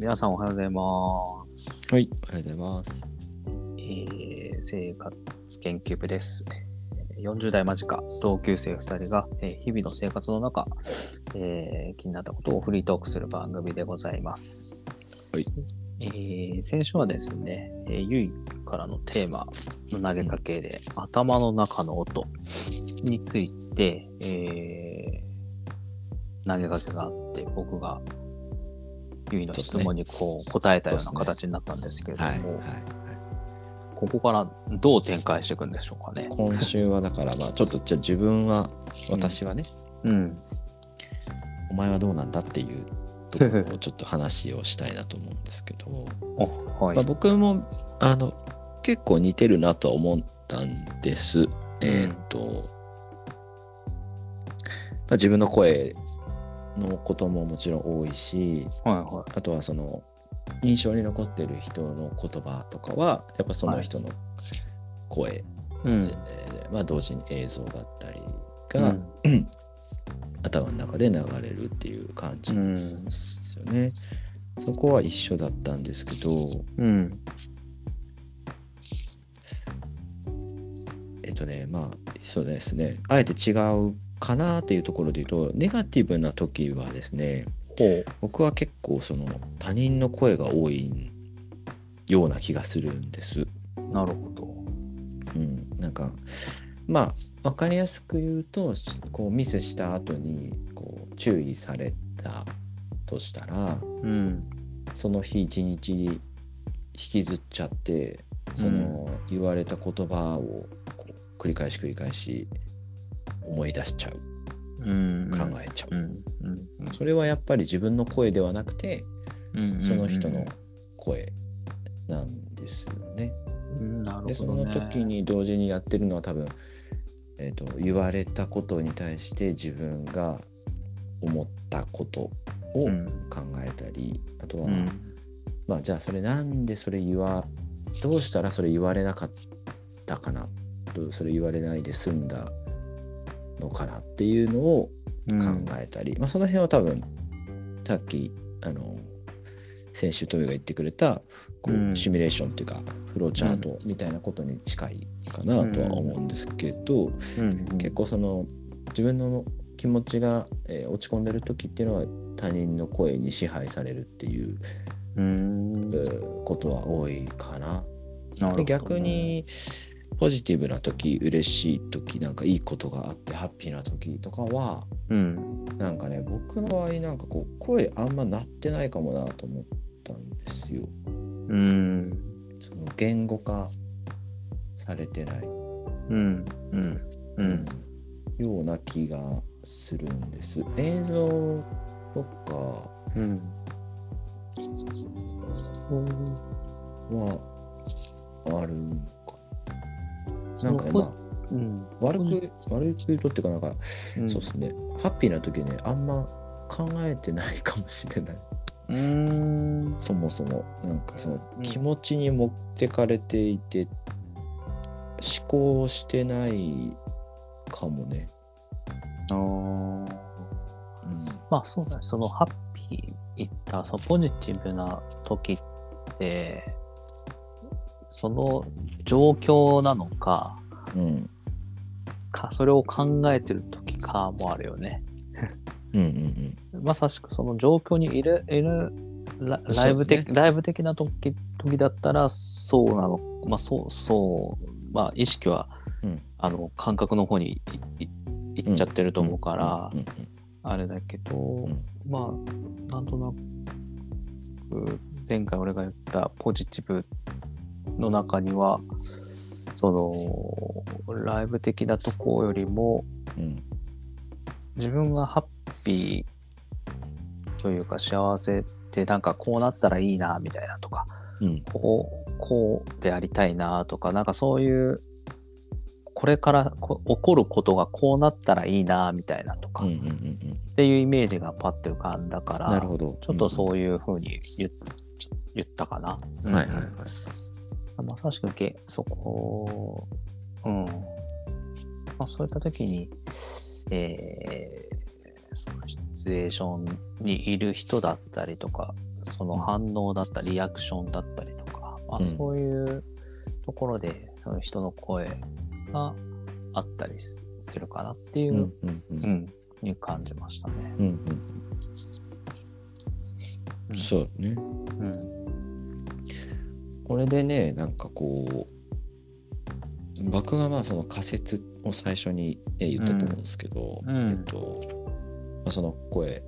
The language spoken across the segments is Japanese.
皆さんおはようございます。はい、おはようございます。えー生活研究部です。えー40代間近、同級生2人が、えー日々の生活の中、えー気になったことをフリートークする番組でございます。はいえー先週はですね、えーゆいからのテーマの投げかけで、頭の中の音について、えー投げかけがあって、僕がゆいの質問にこう答えたような形になったんですけれども、はい、はい。ここからどう展開していくんでしょうかね。今週はだから、まあ、ちょっとじゃあ自分は、私はね、うん。お前はどうなんだっていうところをちょっと話をしたいなと思うんですけど も、あはいまあ、。僕も、あの、結構似てるなとは思ったんです。えーっと、まあ、自分の声のことももちろん多いし、はいはあとはその印象に残ってる人の言葉とかはやっぱその人の声、い。うん。えーまあ、同時に映像だったりうがん頭の中で流れるっていう感じうんですよね。そこは一緒だったんですけどうん。えっとねまあそうですねあえて違うかなっていうところで言うとネガティブな時はですねほう。僕は結構その他人の声が多いような気がするんです。なるほど。うん、なんかまあ分かりやすく言うとしこうミスした後にこう注意されたとしたらうん。その日一日引きずっちゃってその言われた言葉をこう繰り返し繰り返し思い出しちゃううん。考えちゃう、うん。うん。それはやっぱり自分の声ではなくてうん。その人の声なんですよね。うん。なるほど、ね。でその時。に同時にやってるのは多分、えー、と言われたことに対して自分が思ったことをう考ん。えたり、あとは、うん。まあじゃあそれなんでそれ言わどうしたらそれ言われなかったかなとそれ言われないで済んだのかなっていうのをうん考えたり、まあその辺は多分さっきあの先週トヨが言ってくれたこう、うんシミュレーションっていうかフローチャートみたいなことに近いかなとは思うんですけど、うん。結構その自分の気持ちが、えー落ち込んでる時っていうのは他人の声に支配されるっていううん。えーことは多いかな。なるほどで逆。にポジティブな時嬉しい時なんかいいことがあってハッピーな時とかはうん。なんかね僕の場合なんかこう声あんま鳴ってないかもなと思ったんですようん。その言語化されてない、うん。うん。うん。ような気がするんです映像とかうん。はあるんかなんかねそまうあうん。悪く悪く言うとっていうかなんか、うんそうですねハッピーな時ねあんま考えてないかもしれないうん。そもそもなんかそのうん気持ちに持ってかれていて、思考してないかもね。あーうんまあそうだね、そのハッピーいった、そのポジティブな時って、その状況なのか、うんかそれを考えてる時かもあるよね。うんうんまさしくその状況にいる、いるララそうねイブ的、ライブ的な時時だったら、そうなの、まあそう、そう、まあ意識は、うんあの感覚の方にいいいっちゃってると思うから、うんあれだけど、うんうんまあ、なんとなく、前回俺が言ったポジティブの中には、その、ライブ的なとこよりも、うん自分がハッピーというか幸せで、なんかこうなったらいいな、みたいなとか、うんこう、こうでありたいな、とか、なんかそういう、これからこ起こることがこうなったらいいな、みたいなとか、うんうっんうんていうイメージがパッと浮かんだから、なるほど。ちょっとそういうふうに言っちょ言ったかな。うんはいはいはい。まさしくげそこを、うん。まあ、そういった時に、えーそのシチュエーションにいる人だったりとか、その反応だったりリアクションだったりとか、まあ、うんそういうところでその人の声があったりすするかなっていうう、んううんんうんいう感じましたね。うんうんうんそうねうんこれでねなんかこう僕がまあその仮説を最初にね言ったと思うんですけど、うんえっと、まあ、その声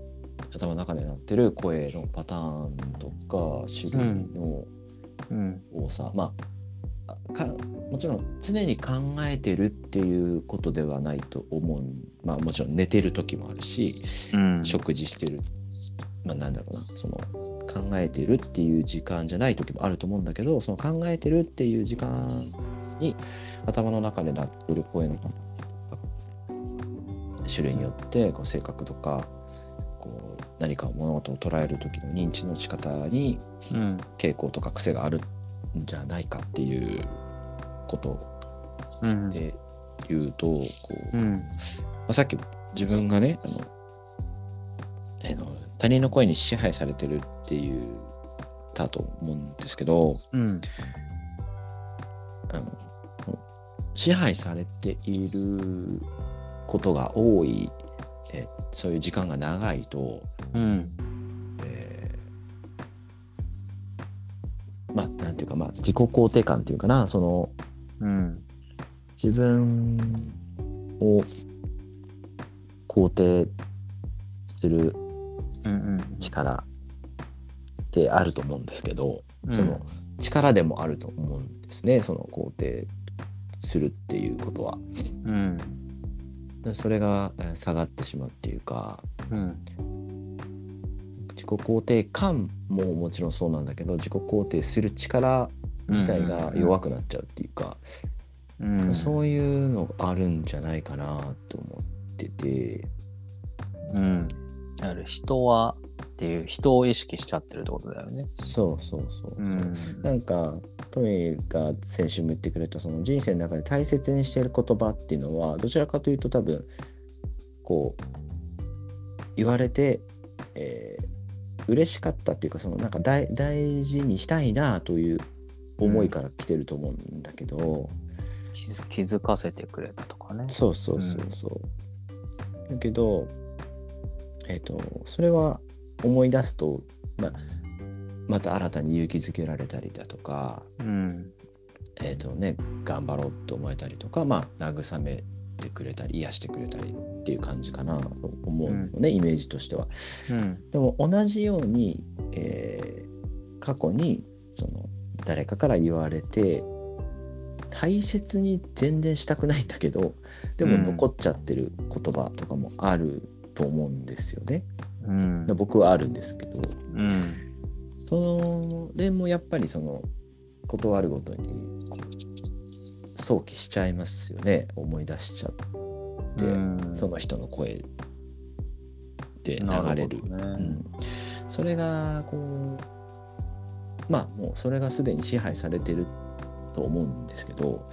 頭の中で鳴ってる声のパターンとか種類のうん多さ、まああかもちろん常に考えてるっていうことではないと思うまあもちろん寝てる時もあるし、うん食事してる、まあ、なんだろうなその考えてるっていう時間じゃない時もあると思うんだけどその考えてるっていう時間に頭の中で鳴ってる声の種類によってこう性格とかこう何か物事を捉える時の認知の仕方にうん傾向とか癖があるんじゃないかっていうことうんで言うとこううんまあ、さっき自分がねあのあの他人の声に支配されてるっていうだと思うんですけどうんあの支配されていることが多いえそういう時間が長いと、うんえーまあなんていうか、まあ、自己肯定感っていうかなそのうん自分を肯定するうん力ってあると思うんですけど、うんその力でもあると思うんですねその肯定するっていうことはうんでそれがえー下がってしまうっていうかうん自己肯定感ももちろんそうなんだけど自己肯定する力うん自体が弱くなっちゃうっていうか、うんそういうのがあるんじゃないかなと思っててうんだから人はっていう人を意識しちゃってるってことだよね。そうそうそう、うんなんかトミーが先週も言ってくれたその人生の中で大切にしている言葉っていうのはどちらかというと多分こう言われて、えー、嬉しかったっていうかそのなんか大大事にしたいなという思いから来てると思うんだけど、気づ気づかせてくれたとかね。そうそうそうそう。だけど、えっとそれは思い出すと、まあ、また新たに勇気づけられたりだとかうんえーとね、頑張ろうと思えたりとか、まあ、慰めてくれたり癒してくれたりっていう感じかなと思うんですよね、イメージとしては。うんでも同じように、えー過去にその誰かから言われて大切に全然したくないんだけどでもうん残っちゃってる言葉とかもあると思うんですよね。うん僕はあるんですけど。うんそれもやっぱりその断るごとにこう想起しちゃいますよね思い出しちゃって、うんその人の声で流れるなうほどねん、それがこうまあもうそれがすでに支配されてると思うんですけど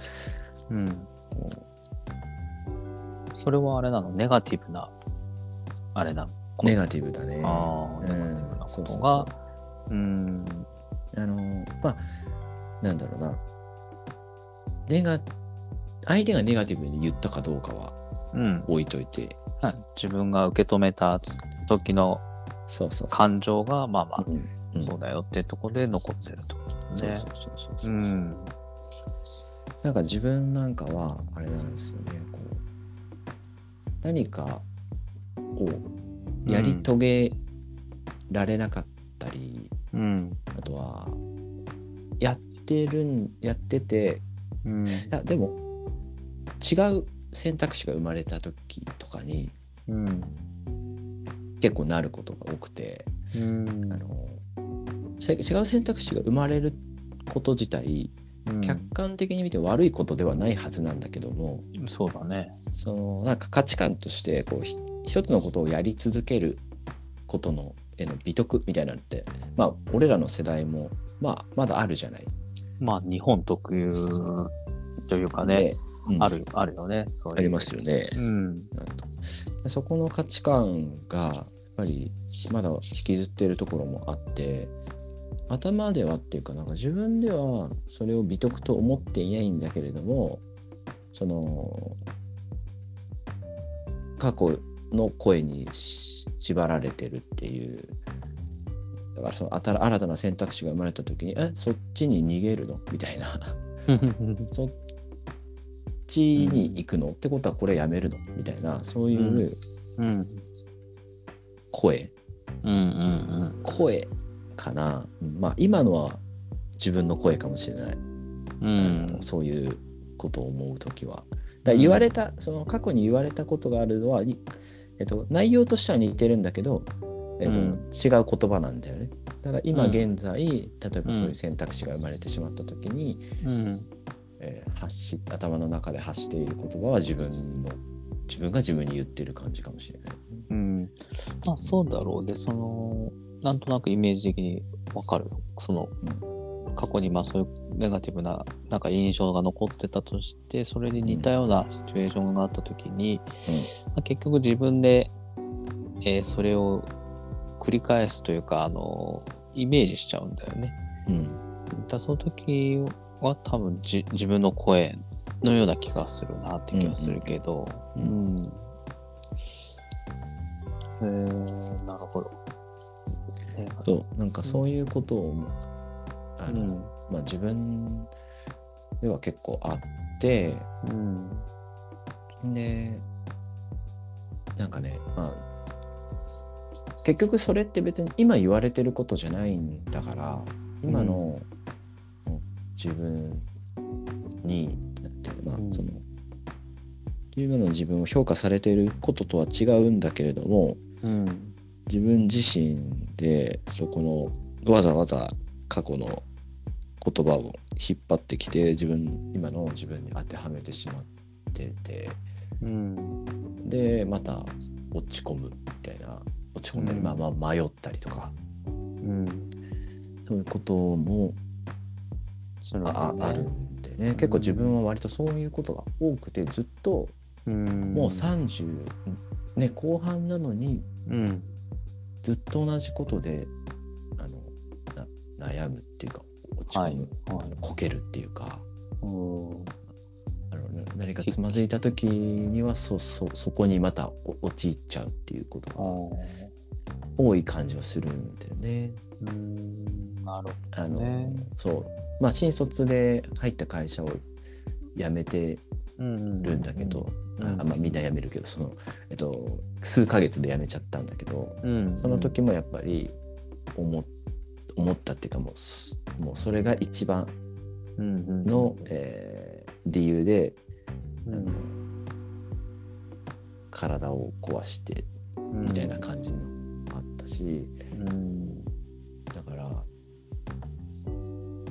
うん。こそれはあれなのネガティブなあれなのうネガティブだね。ああネガティブなうんこそうとそうがそううんあのまあなんだろうなネガ相手がネガティブに言ったかどうかはうん置いといてはい自分が受け止めた時のそうそうそう感情がまあまあ、うんうんそうだよってとこで残ってるってことだそうね。そうそうそううそうんなんか自分なんかはあれなんですよねこう何かをやり遂げられなかったり、うんあとはやってるんやっててうんいやでも違う選択肢が生まれた時とかにうん結構なることが多くて、うんあのせ違う選択肢が生まれること自体うん客観的に見て悪いことではないはずなんだけども、そうだね。そのなんか価値観としてこうひ一つのことをやり続けることのへの美徳みたいなのってまあ俺らの世代も、まあ、まだあるじゃない。まあ日本特有というかね、でうんあるあるよね。そういうありますよね。うんなんとそこの価値観がぱりまだ引きずっているところもあって頭ではっていうかなんか自分ではそれを美徳と思っていないんだけれどもその過去の声にし縛られてるっていうだからその新新たな選択肢が生まれた時にえそっちに逃げるのみたいな そっちに行くの、ってことはこれやめるのみたいなそういう声、 うんうんうん。声かな、うんまあ今のは自分の声かもしれない、うん。そういうことを思う時はだから言われた、その過去に言われたことがあるのは、いえっと、内容としては似てるんだけど、えっとうん違う言葉なんだよねだから今うん現在、例えばそういううん選択肢が生まれてしまった時に、うん。えー発し頭の中で発している言葉は自分の自分が自分に言ってる感じかもしれない。うん、まあそうだろうでそのなんとなくイメージ的にわかるその、過去にまあそういうネガティブななんか印象が残ってたとしてそれに似たようなシチュエーションがあった時に、まあ、結局自分で、えーそれを繰り返すというかあのイメージしちゃうんだよね。うんだからその時は多分じ自分の声のような気がするなって気がするけど、ううんんうんへえー、なるほど。ねそうなんかそういうことを思うあうの、んまあ、自分では結構あってうんでなんかね、まあ、結局それって別に今言われてることじゃないんだから今の自分に、なんていうのかな、うんその今の自分を評価されていることとは違うんだけれどもうん自分自身でそこのわざわざ過去の言葉を引っ張ってきて自分今の自分に当てはめてしまっててうんでまた落ち込むみたいな落ち込んだり、うんまあまあ迷ったりとかうんそういうこともそうだあ,、ねあるんでね結構自分は割とそういうことが多くてずっとうんもう30、ね、後半なのにうんずっと同じことであのな悩むっていうか落ち込む、はあいのこけるっていうかうんあのな何かつまずいた時にはそそそこにまたお陥っちゃうっていうことあがー多い感じはするんだよね。うんなるあのねそうまあ新卒で入った会社を辞めてほどうんるんだけど、うんあまあ、みんな辞めるけどその、えっと、数ヶ月で辞めちゃったんだけどうんその時もやっぱり思っ思ったっていうかもうすもうそれが一番の、えー理由で、うあんの体を壊してうんみたいな感じのあったし、うんだから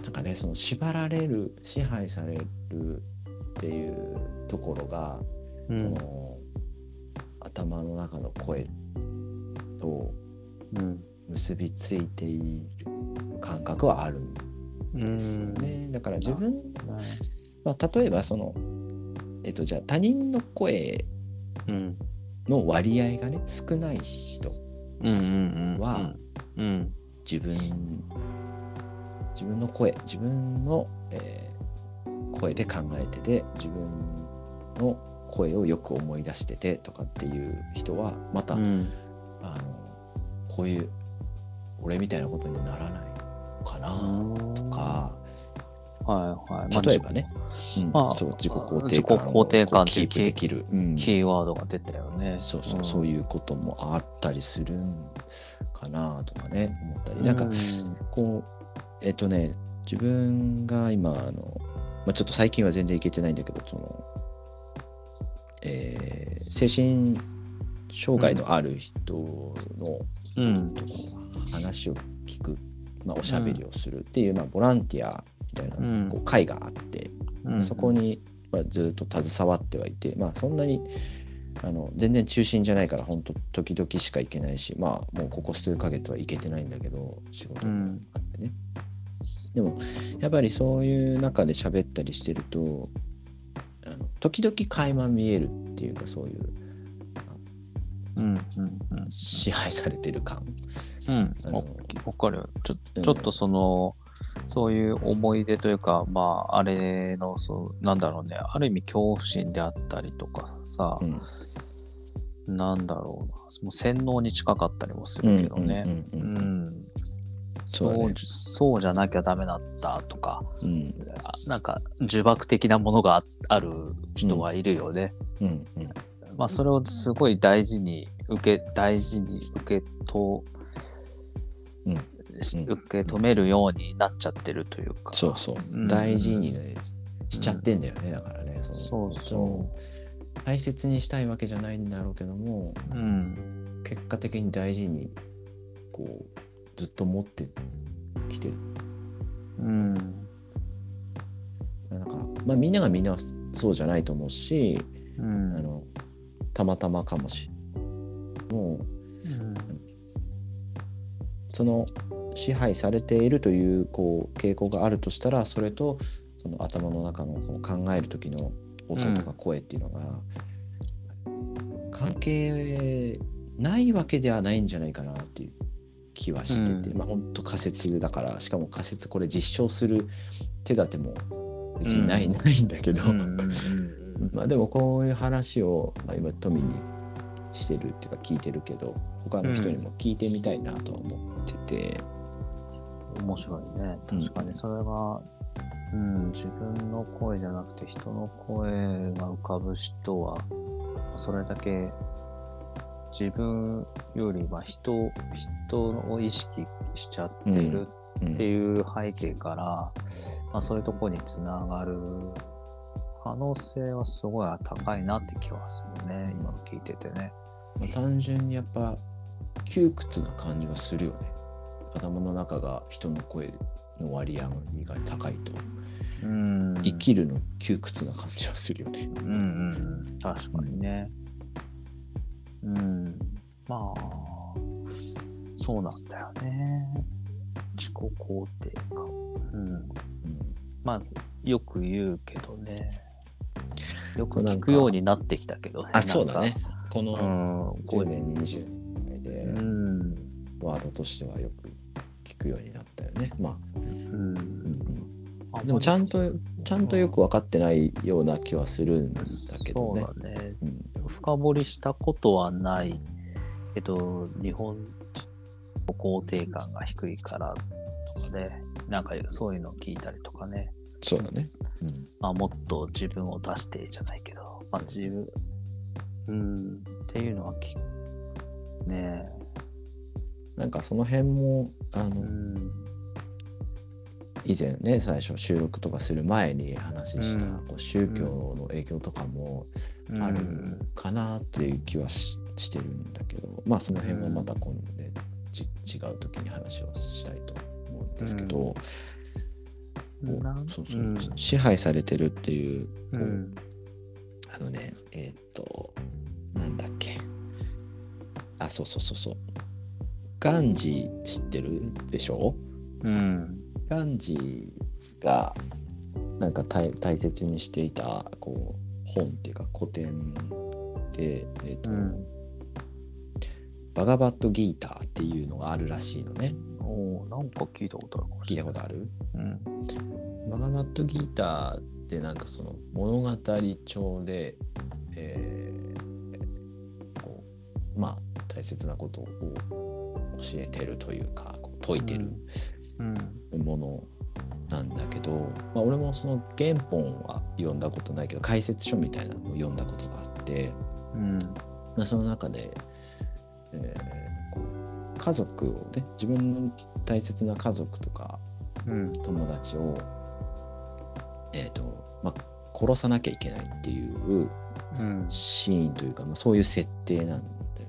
なんかねその縛られる支配されるっていうところが、うんこの頭の中の声とうん結びついている感覚はあるんですよね、だから自分、まあ、例えばそのえっとじゃあ他人の声うんの割合がね少ない人うんうんうんはうん自分自分の声自分の、えー声で考えてて自分の声をよく思い出しててとかっていう人はまた、うんあのこういう俺みたいなことにならないのかなととか、はいはいまあ例えばね、うんまあそう自己肯定自己感肯定感をキープできる、うんキーワードが出たよね。そうそうそういうこともあったりするんかなとかね思ったりうん。なんかこうえっ、とね自分が今あの、まあ、ちょっと最近は全然いけてないんだけどその、えー精神障害のある人のうん話を聞く、まあ、おしゃべりをするっていう、まあ、ボランティアみたいなうんこう会があって、うんそこに、まあ、ずっと携わってはいて、まあ、そんなにあの全然中心じゃないから本当時々しか行けないしまあもうここ数ヶ月は行けてないんだけど仕事うがんあってねでもやっぱりそういう中で喋ったりしてるとあの時々垣間見えるっていうかそういうあうんうんうん支配されてる感うん、あわのわかるちょうんちょっとその、そういう思い出というかまああれのそうなんだろうねある意味恐怖心であったりとかさ、うんなんだろうなもう洗脳に近かったりもするけどねううんんうんうんうんそそううだねじそうじゃなきゃダメだったとかうんあなんか呪縛的なものがあある人はいるよね、うんうんまあそれをすごい大事に受け大事に受けと、うんしうん受け止めるようになっちゃってるというかそうそううん大事にねしちゃってんだよねだからねそのそうそ大切にしたいわけじゃないんだろうけどもううん結果的に大事にこうずっと持ってきてるうんなんか、まあ、みんながみんなそうじゃないと思うし、うんあのたまたまかもしもうその支配されているというこう傾向があるとしたらそれとその頭の中のこの考える時の音とか声っていうのが、関係ないわけではないんじゃないかなっていう気はしてて、うんまあ本当仮説だからしかも仮説これ実証する手立ても別にない,、うんないんだけど、うんうんうんまあでもこういう話を、まあ、今富にしてるっていうか聞いてるけど他の人にも聞いてみたいなとは思ってて、面白いね確かにそれは、うん、自分の声じゃなくて人の声が浮かぶ人はそれだけ自分よりは人人を意識しちゃってるうんっていう背景から、まあ、そういうところにつながる可能性はすごい高いなって気はするね今の聞いててね。まあ単純にやっぱ窮屈な感じはするよね頭の中が人の声の割合が高いとうん生きるの窮屈な感じはするよね、うんうんうん、確かにね。うん、まあ、そうなんだよね。自己肯定感。うん、うんまず、よく言うけどね。よくなん聞かくようになってきたけどね。あそうだねこなのんか。うん、こう5いう年20年ぐらいで、うん。ワードとしてはよく聞くようになったよねまうあ、ん、あでもちゃんとちゃんとよく分かってないような気はするんだけどね。そうだね。うん深掘りしたことはないけど日本の肯定感が低いからとかねなんかそういうのを聞いたりとかね、そうだね。まあ、もっと自分を出してじゃないけど、まあ、自分うんっていうのは聞くねなんかその辺もあえうのん以前ね最初収録とかする前に話した、うんこう宗教の影響とかもあるかなっていう気はししてるんだけどまあその辺はまた今度ね、ち違う時に話をしたいと思うんですけど、こううんなんそうそううん支配されてるっていううんあのね、えーっと、なんだっけ。あ、そうそうそうそう。ガンジー知ってるでしょうんガンジーがなんか大大切にしていたこう本っていうか古典で、えーっとうんバガバットギーターっていうのがあるらしいのね。おーなんか聞いたことあるかもし聞いれたないことあるうんバガバットギーターってなんかその物語調で、えーこうまあ大切なことを教えてるというかこう説いてるうんものなんだけど、まあ、俺もその原本は読んだことないけど解説書みたいなのを読んだことがあって、うんまあその中で、えーこう家族をね自分の大切な家族とかうん友達を、えーとまあ、殺さなきゃいけないっていううんシーンというか、まあ、そういう設定なんだよ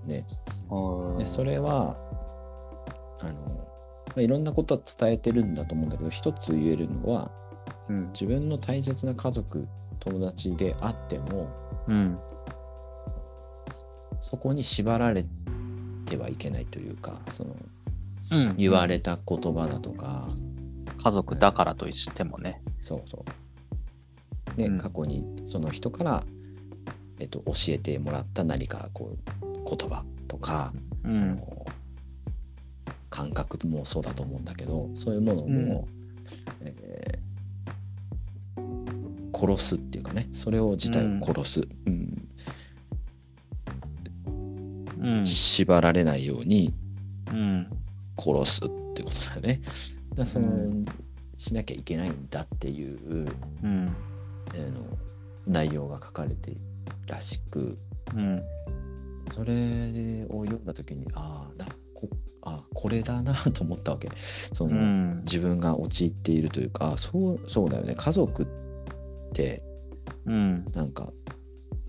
ね。はでいそれはあの、まあ、いろんなことは伝えてるんだと思うんだけど一つ言えるのはうん自分の大切な家族友達であってもうんそこに縛られてはいけないというかそのうん言われた言葉だとか、家族だからとしてもね。そうそう。ね、うん過去にその人から、えっと、教えてもらった何かこう言葉とか、うあん。の感覚もそうだと思うんだけどそういうものも、えー殺すっていうかねそれを自体を殺す、うんうん。縛られないようにうん。殺すってことだね。だからその、うしなきゃいけないんだっていう、うん。あの内容が書かれてるらしくうん。それを読んだ時にああなこあこれだなと思ったわけその、うん。自分が陥っているというかあそうそうだよね家族ってうん。なんか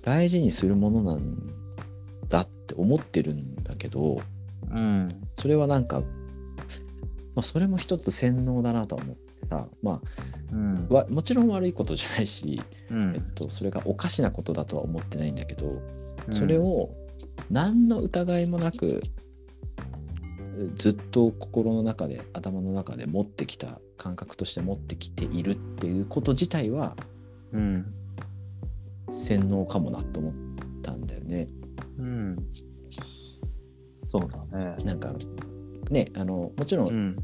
大事にするものなんだって思ってるんだけどうん。それはなんか、まあ、それも一つ洗脳だなとは思ってさまうんあわもちろん悪いことじゃないし、うんえっと、それがおかしなことだとは思ってないんだけど、それを何の疑いもなくずっと心の中で頭の中で持ってきた感覚として持ってきているっていうこと自体はうん。洗脳かもなと思ったんだよね。うん。そうだね。なんかねあのもちろんうん。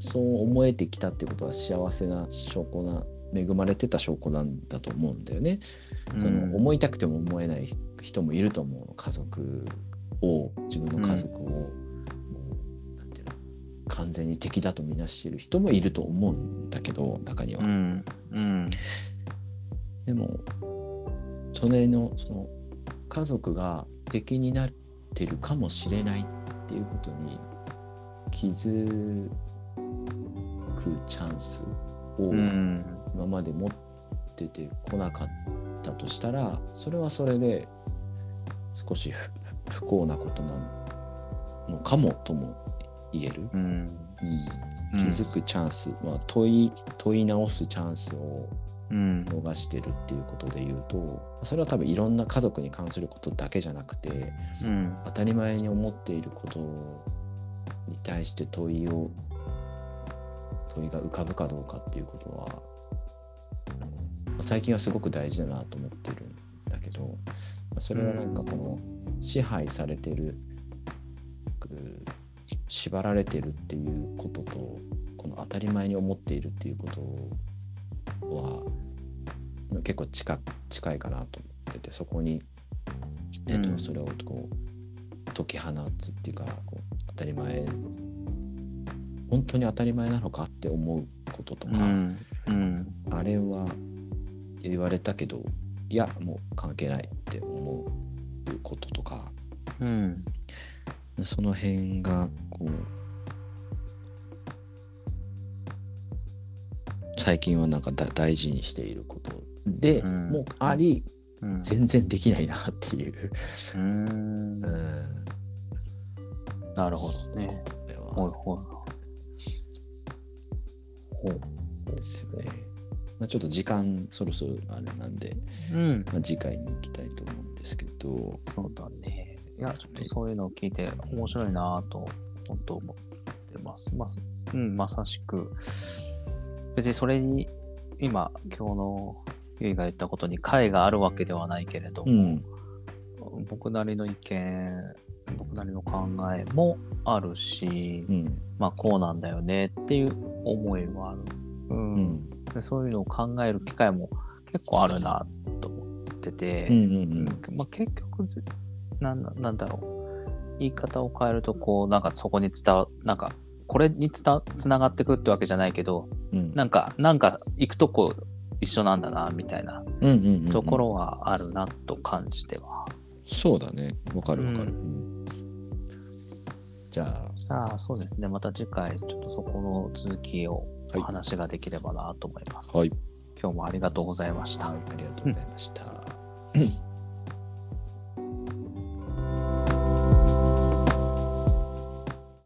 そう思えてきたってことは幸せな証拠な恵まれてた証拠なんだと思うんだよね。その思いたくても思えない人もいると思うの家族を自分の家族を、もうなんていうの完全に敵だとみなしてる人もいると思うんだけど中には、うん。うん。でもそれのその家族が敵になってるかもしれないっていうことに気づくチャンスを、うん。今まで持っててこなかったとしたらそれはそれで少し不不幸なことなのかもとも言える、うんうん。気づくチャンス、まあ、問い問い直すチャンスをうん。逃してるっていうことで言うとそれは多分いろんな家族に関することだけじゃなくてうん。当たり前に思っていることに対して問いを問いが浮かぶかどうかっていうことは最近はすごく大事だなと思ってるんだけどそれはなんかこの支配されてるく縛られてるっていうこととこの当たり前に思っているっていうことは結構近近いかなと思っててそこに、えっうと、んそれをこう解き放つっていうかこう当たり前本当に当たり前なのかって思うこととか、うん。あれは言われたけどいやもう関係ないって思うこととかうん。その辺がこう最近はなんかだ大事にしていることで、うんもうありうん。全然できないなっていう、うん。うんなるほどこね。とではほいほい。ほう。ですよね。まあ、ちょっと時間そろそろあれなんで、うん。まあ、次回に行きたいと思うんですけど、そうだね。いや、ちょっとそういうのを聞いて面白いなぁと、本当思ってます。まあ、うん、まさしく、別にそれに、今、今日のゆいが言ったことに解があるわけではないけれども、ん、僕なりの意見、僕なりの考えもあるし、うん、まあ、こうなんだよねっていう思いもある。うんうん、でそういうのを考える機会も結構あるなと思ってて、うん、うん、まあ、結局ずなんだ、なんだろう、言い方を変えると、こう、なんかそこに伝わ、なんか、これにつなつながってくってわけじゃないけど、うん、なんか、なんか行くとこ一緒なんだな、みたいなうん、うん、ところはあるなと感じてます。そうだね。わかるわかうる。うんじゃあ、ああ、そうですね。また次回、ちょっとそこの続きをはいお話ができればなと思います。はい。今日もありがとうございました。ありがとうございました。